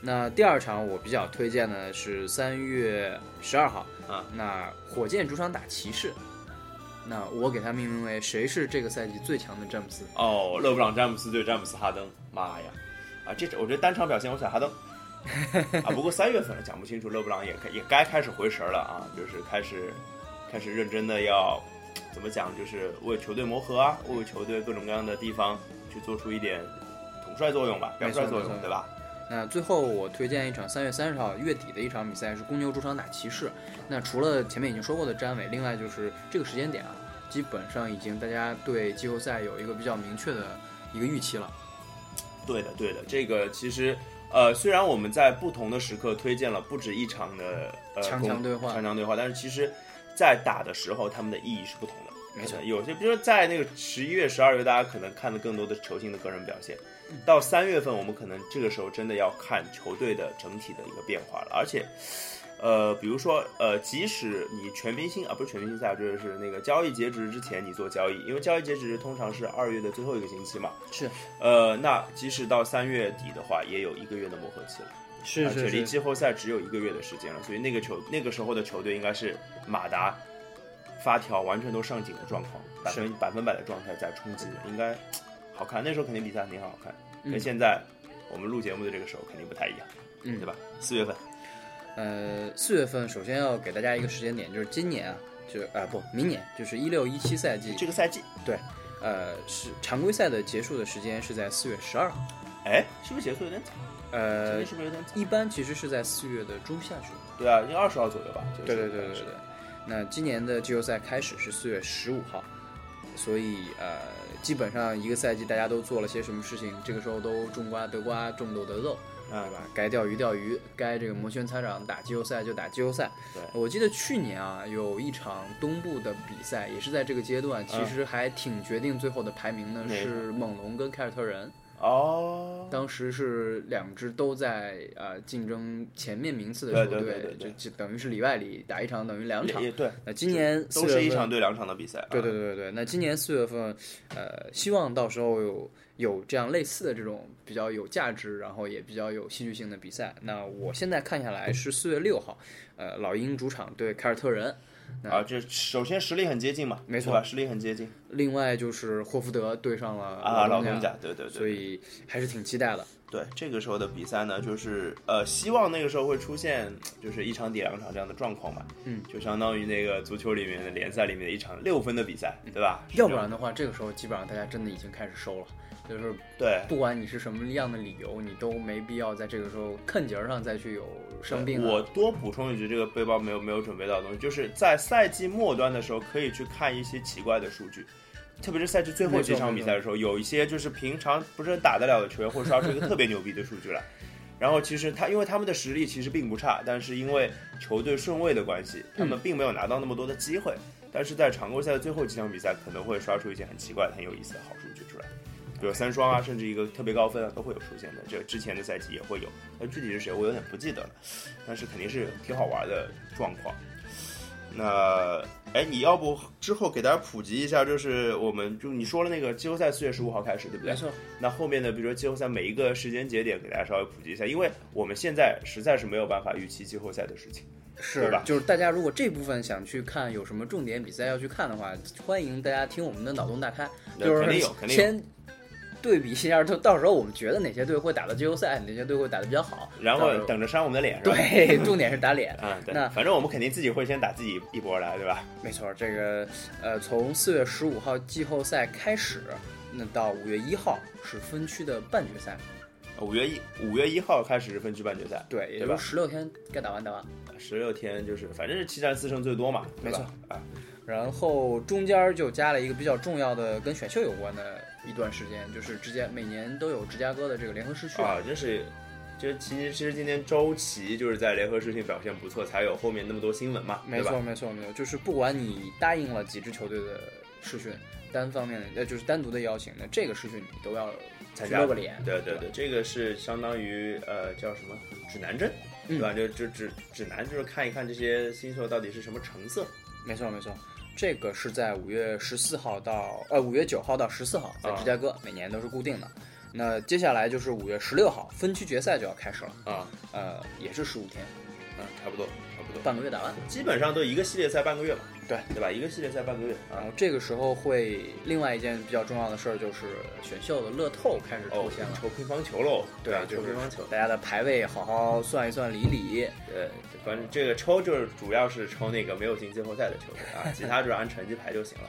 Speaker 1: 那第二场我比较推荐的是三月十二号，
Speaker 2: 啊，
Speaker 1: 那火箭主场打骑士，那我给他命名为谁是这个赛季最强的詹姆斯？
Speaker 2: 哦，勒布朗詹姆斯对詹姆斯哈登，妈呀！啊，这我觉得单场表现，我想哈登。啊，不过三月份了，讲不清楚，勒布朗也开也该开始回神了啊，就是开始开始认真的要怎么讲，就是为球队磨合啊，为球队各种各样的地方去做出一点统帅作用吧，表率作
Speaker 1: 没错没
Speaker 2: 用，
Speaker 1: 错
Speaker 2: 对吧？
Speaker 1: 那最后我推荐一场三月三十号月底的一场比赛是公牛主场打骑士。那除了前面已经说过的詹伟，另外就是这个时间点啊，基本上已经大家对季后赛有一个比较明确的一个预期了。
Speaker 2: 对的，对的，这个其实，呃，虽然我们在不同的时刻推荐了不止一场的呃
Speaker 1: 强
Speaker 2: 攻
Speaker 1: 强对话
Speaker 2: 强强对话，但是其实，在打的时候，他们的意义是不同的。
Speaker 1: 没错
Speaker 2: 有些比如说在那个十一月、十二月，大家可能看的更多的是球星的个人表现。
Speaker 1: 嗯
Speaker 2: 到三月份，我们可能这个时候真的要看球队的整体的一个变化了。而且，呃，比如说，呃，即使你全明星啊，不是全明星赛，就是那个交易截止之前你做交易，因为交易截止通常是二月的最后一个星期嘛。
Speaker 1: 是
Speaker 2: 呃，那即使到三月底的话，也有一个月的磨合期了。
Speaker 1: 啊是
Speaker 2: 而且离季后赛只有一个月的时间了，所以那个球那个时候的球队应该是马达发条完全都上紧的状况，百分百分百的状态在冲击的，应该好看。那时候肯定比赛肯定很好看，跟现在我们录节目的这个时候肯定不太一样，
Speaker 1: 嗯
Speaker 2: 对吧？四月份，
Speaker 1: 呃，四月份首先要给大家一个时间点，就是今年啊，就啊、不，明年就是一六一七赛季，
Speaker 2: 这个赛季，
Speaker 1: 对，呃是常规赛的结束的时间是在四月十二号，
Speaker 2: 哎，是不是结束有点早？今
Speaker 1: 呃
Speaker 2: 天，是不是有点早？
Speaker 1: 一般其实是在四月的中下旬。
Speaker 2: 对啊，应该二十号左右吧？
Speaker 1: 对对对对对。那今年的季后赛开始是四月十五号，所以呃，基本上一个赛季大家都做了些什么事情，这个时候都种瓜得瓜，种豆得豆，
Speaker 2: 嗯
Speaker 1: 对吧？啊该钓鱼钓鱼，该这个摩拳擦掌打季后赛就打季后赛。
Speaker 2: 对
Speaker 1: 我记得去年啊，有一场东部的比赛，也是在这个阶段，其实还挺决定最后的排名的，
Speaker 2: 嗯哪
Speaker 1: 是猛龙跟凯尔特人。
Speaker 2: 哦，
Speaker 1: 当时是两支都在呃竞争前面名次的球队，
Speaker 2: 对对对对对
Speaker 1: 就就等于是里外里打一场，等于两
Speaker 2: 也
Speaker 1: 场。
Speaker 2: 也对，
Speaker 1: 那今年四
Speaker 2: 都
Speaker 1: 月份
Speaker 2: 是一场对两场的比赛。
Speaker 1: 对
Speaker 2: 啊
Speaker 1: 对对对对。那今年四月份，呃，希望到时候有有这样类似的这种比较有价值，然后也比较有戏剧性的比赛。那我现在看下来是四月六号，呃，老鹰主场对凯尔特人。
Speaker 2: 啊，这首先实力很接近嘛，
Speaker 1: 没错
Speaker 2: 对吧？实力很接近
Speaker 1: 另外就是霍福德对上了
Speaker 2: 啊，老
Speaker 1: 东
Speaker 2: 东家，对对对。
Speaker 1: 所以还是挺期待的。
Speaker 2: 对这个时候的比赛呢，就是呃，希望那个时候会出现就是一场抵两场这样的状况吧。
Speaker 1: 嗯，
Speaker 2: 就相当于那个足球里面的联赛里面的一场六分的比赛，
Speaker 1: 嗯
Speaker 2: 对吧？
Speaker 1: 要不然的话，这个时候基本上大家真的已经开始收了，就是
Speaker 2: 对
Speaker 1: 不管你是什么样的理由，你都没必要在这个时候坑节儿上再去有生病、啊。
Speaker 2: 我多补充一句，这个背包没有没有准备到的东西，就是在赛季末端的时候，可以去看一些奇怪的数据，特别是赛季最后
Speaker 1: 没错
Speaker 2: 几场比赛的时候，有一些就是平常不是很打得了的球员，会刷出一个特别牛逼的数 据来。然后其实他，因为他们的实力其实并不差，但是因为球队顺位的关系，他们并没有拿到那么多的机会。但是在常规赛的最后几场比赛，可能会刷出一些很奇怪、很有意思的好数据出来，比如三双啊，甚至一个特别高分啊，都会有出现的。这之前的赛季也会有，那具体是谁我有点不记得了。但是肯定是挺好玩的状况。那哎，你要不之后给大家普及一下，就是我们就你说了那个季后赛四月十五号开始，对不对
Speaker 1: 没？错，
Speaker 2: 那后面的比如说季后赛每一个时间节点，给大家稍微普及一下，因为我们现在实在是没有办法预期季后赛的事情。
Speaker 1: 是
Speaker 2: 对吧
Speaker 1: 就是大家如果这部分想去看有什么重点比赛要去看的话，欢迎大家听我们的脑洞大开，
Speaker 2: 那
Speaker 1: 就是
Speaker 2: 肯定有肯定有
Speaker 1: 先对比一下，就到时候我们觉得哪些队会打到季后赛，哪些队会打的比较好，
Speaker 2: 然
Speaker 1: 到
Speaker 2: 后
Speaker 1: 时候
Speaker 2: 等着扇我们的脸，是吧？
Speaker 1: 对， 重点是打脸。
Speaker 2: 嗯，对
Speaker 1: 那，
Speaker 2: 反正我们肯定自己会先打自己一波啊来，对吧？
Speaker 1: 没错，这个呃，从四月十五号季后赛开始，那到五月一号是分区的半决赛，
Speaker 2: 五月一五月一号开始是分区半决赛，
Speaker 1: 对，也
Speaker 2: 对
Speaker 1: 就
Speaker 2: 吧？
Speaker 1: 十六天该打完打完。
Speaker 2: 十六天就是反正是七战四胜最多嘛，
Speaker 1: 没
Speaker 2: 对吧
Speaker 1: 错
Speaker 2: 啊，
Speaker 1: 然后中间儿就加了一个比较重要的跟选秀有关的一段时间，就是芝加每年都有芝加哥的这个联合市区。
Speaker 2: 啊，真是，就其实其实今天周琦就是在联合事情表现不错，才有后面那么多新闻嘛，
Speaker 1: 没
Speaker 2: 对
Speaker 1: 错，
Speaker 2: 吧？
Speaker 1: 没错，没错，就是不管你答应了几支球队的试训，单方面的呃就是单独的邀请，那这个试训你都要
Speaker 2: 参
Speaker 1: 去
Speaker 2: 加
Speaker 1: 露个脸。
Speaker 2: 对对
Speaker 1: 吧
Speaker 2: 对，这个是相当于呃叫什么指南针，对
Speaker 1: 嗯
Speaker 2: 吧？就就指指南就是看一看这些新秀到底是什么成色，
Speaker 1: 没错，没错。这个是在五月十四号到呃五月九号到十四号，在
Speaker 2: 啊
Speaker 1: 芝加哥、每年都是固定的。那接下来就是五月十六号分区决赛就要开始了，
Speaker 2: 啊，
Speaker 1: 呃，也是十五天，
Speaker 2: 嗯，差不多差不多，
Speaker 1: 半个月打完。
Speaker 2: 基本上都一个系列赛半个月嘛，
Speaker 1: 对
Speaker 2: 对吧？一个系列赛半个月
Speaker 1: 然
Speaker 2: 啊
Speaker 1: 后，这个时候会另外一件比较重要的事儿就是选秀的乐透开始
Speaker 2: 哦
Speaker 1: 出现了，，
Speaker 2: 抽乒乓球喽，
Speaker 1: 对
Speaker 2: 啊，，
Speaker 1: 就
Speaker 2: 抽
Speaker 1: 是
Speaker 2: 乒乓球，
Speaker 1: 大家的排位好好算一算理理。
Speaker 2: 对，呃反正这个抽就是主要是抽那个没有进季后赛的球队啊，其他就是按成绩排就行了。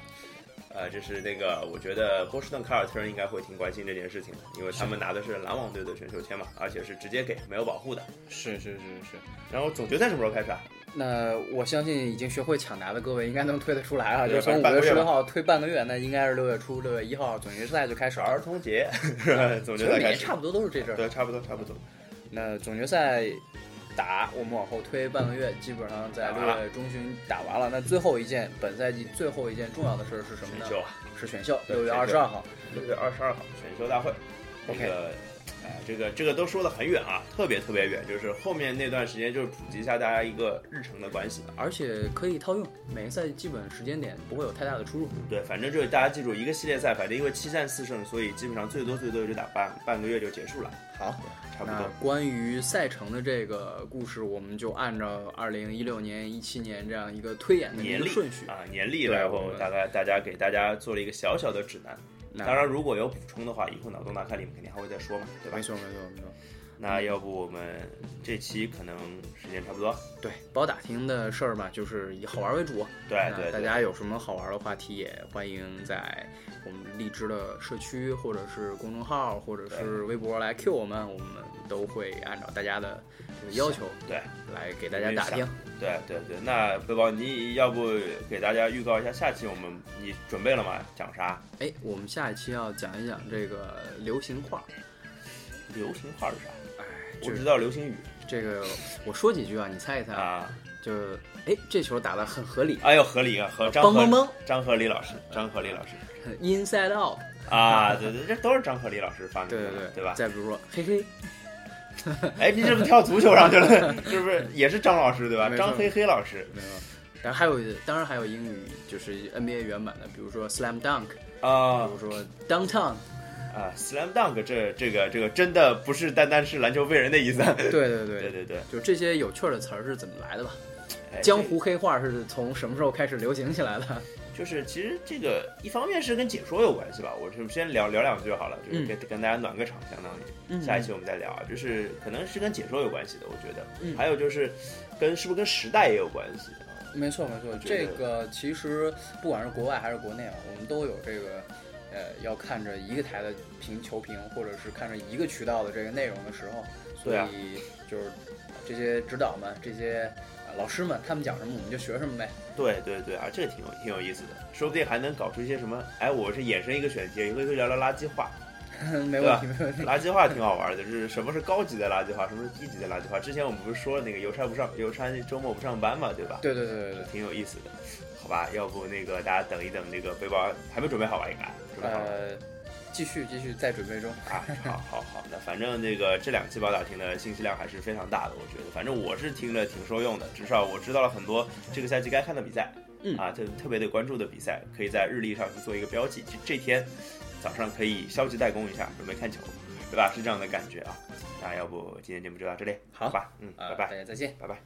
Speaker 2: 呃，就是那个，我觉得波士顿凯尔特人应该会挺关心这件事情的，因为他们拿的是篮网队的选秀签嘛，而且是直接给，没有保护的。
Speaker 1: 是是是是。
Speaker 2: 然后总决赛什么时候开始啊？
Speaker 1: 那我相信已经学会抢答的各位应该能推得出来啊，
Speaker 2: 对
Speaker 1: 就从五
Speaker 2: 半
Speaker 1: 月
Speaker 2: 个
Speaker 1: 十
Speaker 2: 月吧
Speaker 1: 六号推半个月，那应该是六月初六月一号总决赛就开始
Speaker 2: 儿
Speaker 1: 了。
Speaker 2: 童节，啊 是吧总
Speaker 1: 其
Speaker 2: 决
Speaker 1: 实
Speaker 2: 赛
Speaker 1: 每
Speaker 2: 开
Speaker 1: 年
Speaker 2: 始
Speaker 1: 差。不多都是这阵儿。
Speaker 2: 对，差不多，差不多。
Speaker 1: 那总决赛打，我们往后推半个月，基本上在六
Speaker 2: 打完了
Speaker 1: 月中旬打完了。那最后一件本赛季最后一件重要的事儿是什么
Speaker 2: 选
Speaker 1: 呢？
Speaker 2: 秀啊，
Speaker 1: 是选秀，
Speaker 2: 对
Speaker 1: 六月
Speaker 2: 选秀
Speaker 1: 二十二号。
Speaker 2: 六月二十二号选秀大会，这
Speaker 1: OK
Speaker 2: 个。哎，这个这个都说的很远啊，特别特别远，就是后面那段时间就是普及一下大家一个日程的关系。
Speaker 1: 而且可以套用，每个赛季基本时间点不会有太大的出入。
Speaker 2: 对，反正就是大家记住，一个系列赛，反正因为七战四胜，所以基本上最多最多也就打半半个月就结束了，
Speaker 1: 好，
Speaker 2: 差不
Speaker 1: 那
Speaker 2: 多。
Speaker 1: 关于赛程的这个故事，我们就按照二零一六年、一七年这样一个推演的一
Speaker 2: 年
Speaker 1: 个
Speaker 2: 历
Speaker 1: 顺序。
Speaker 2: 啊，年历，
Speaker 1: 对
Speaker 2: 然
Speaker 1: 我
Speaker 2: 后
Speaker 1: 们
Speaker 2: 大概大家给大家做了一个小小的指南。
Speaker 1: 那
Speaker 2: 当然，如果有补充的话，以后脑洞大开里面肯定还会再说嘛，对吧
Speaker 1: 没？错，没错，没错。
Speaker 2: 那要不我们这期可能时间差不多。
Speaker 1: 对，包打听的事儿嘛，就是以好玩为主。啊
Speaker 2: 对
Speaker 1: 那
Speaker 2: 对
Speaker 1: 大
Speaker 2: 对，
Speaker 1: 家有什么好玩的话题，也欢迎在我们荔枝的社区，或者是公众号，或者是微博来 Q 我们，我们都会按照大家的这个要求
Speaker 2: 对
Speaker 1: 来给大家打听。
Speaker 2: 对对对。那背包，你要不给大家预告一下下期我们你准备了吗？讲啥？
Speaker 1: 哎，我们下一期要讲一讲这个流行话，
Speaker 2: 流行话是啥？
Speaker 1: 哎，
Speaker 2: 我
Speaker 1: 就
Speaker 2: 知
Speaker 1: 是
Speaker 2: 道流行语
Speaker 1: 这个，我说几句啊，你猜一猜，
Speaker 2: 啊。
Speaker 1: 就哎，这球打得很合理
Speaker 2: 哎呦，合理啊，和张
Speaker 1: 梆
Speaker 2: 和
Speaker 1: 梆梆
Speaker 2: 张和李老
Speaker 1: 嗯
Speaker 2: 师，张和李 老师
Speaker 1: ，Inside Out，
Speaker 2: 啊，对对，这都是张和李老师发明
Speaker 1: 对
Speaker 2: 的，
Speaker 1: 对对，
Speaker 2: 对吧？
Speaker 1: 再比如说，嘿嘿，
Speaker 2: 哎，你怎么跳足球上去 了？是不是也是张老师对吧？
Speaker 1: 没错
Speaker 2: 张黑黑老师
Speaker 1: 没有。然后还有，当然还有英语，就是 NBA 原版的，比如说 Slam Dunk，比
Speaker 2: 啊
Speaker 1: 如说 Downtown，
Speaker 2: 啊，slam dunk 这这个这个真的不是单单是篮球飞人的意思，
Speaker 1: 对对
Speaker 2: 对
Speaker 1: 对，
Speaker 2: 对对，
Speaker 1: 就这些有趣儿的词儿是怎么来的吧？
Speaker 2: 哎
Speaker 1: 江湖黑话是从什么时候开始流行起来的？
Speaker 2: 就是其实这个一方面是跟解说有关系吧，我是先聊聊两句好了，就是跟、跟大家暖个场，相当于。
Speaker 1: 嗯
Speaker 2: 下一期我们再聊啊，就是可能是跟解说有关系的，我觉得，
Speaker 1: 嗯
Speaker 2: 还有就是跟是不是跟时代也有关系啊？
Speaker 1: 没错没错，
Speaker 2: 觉
Speaker 1: 这
Speaker 2: 得
Speaker 1: 个其实不管是国外还是国内啊，我们都有这个，呃，要看着一个台的评球评，或者是看着一个渠道的这个内容的时候，所
Speaker 2: 对啊
Speaker 1: 以就是这些指导们、这些呃老师们，他们讲什么我们就学什么呗。
Speaker 2: 对对对啊，这个挺有挺有意思的，说不定还能搞出一些什么。哎，我是衍生一个选题，以后就聊聊垃圾话，
Speaker 1: 没问
Speaker 2: 啊
Speaker 1: 题没问题。
Speaker 2: 垃圾话挺好玩的，就是什么是高级的垃圾话，什么是低级的垃圾话。之前我们不是说那个邮差不上邮差周末不上班嘛，对吧？
Speaker 1: 对对对对对。
Speaker 2: 挺有意思的。好吧，要不那个大家等一等，那个背包还没准备好吧？应该准备好了、
Speaker 1: 呃，继续继续在准备中。
Speaker 2: 啊。好好好，那反正那个这两期包打听的信息量还是非常大的，我觉得，反正我是听着挺受用的，至少我知道了很多这个赛季该看的比赛，
Speaker 1: 嗯
Speaker 2: 啊，特特别得关注的比赛，可以在日历上去做一个标记，这这天早上可以消极怠工一下，准备看球，对吧？是这样的感觉啊。那要不今天节目就到这里，
Speaker 1: 好
Speaker 2: 吧，嗯，
Speaker 1: 啊、
Speaker 2: 拜拜
Speaker 1: 大。家再见。
Speaker 2: 拜拜。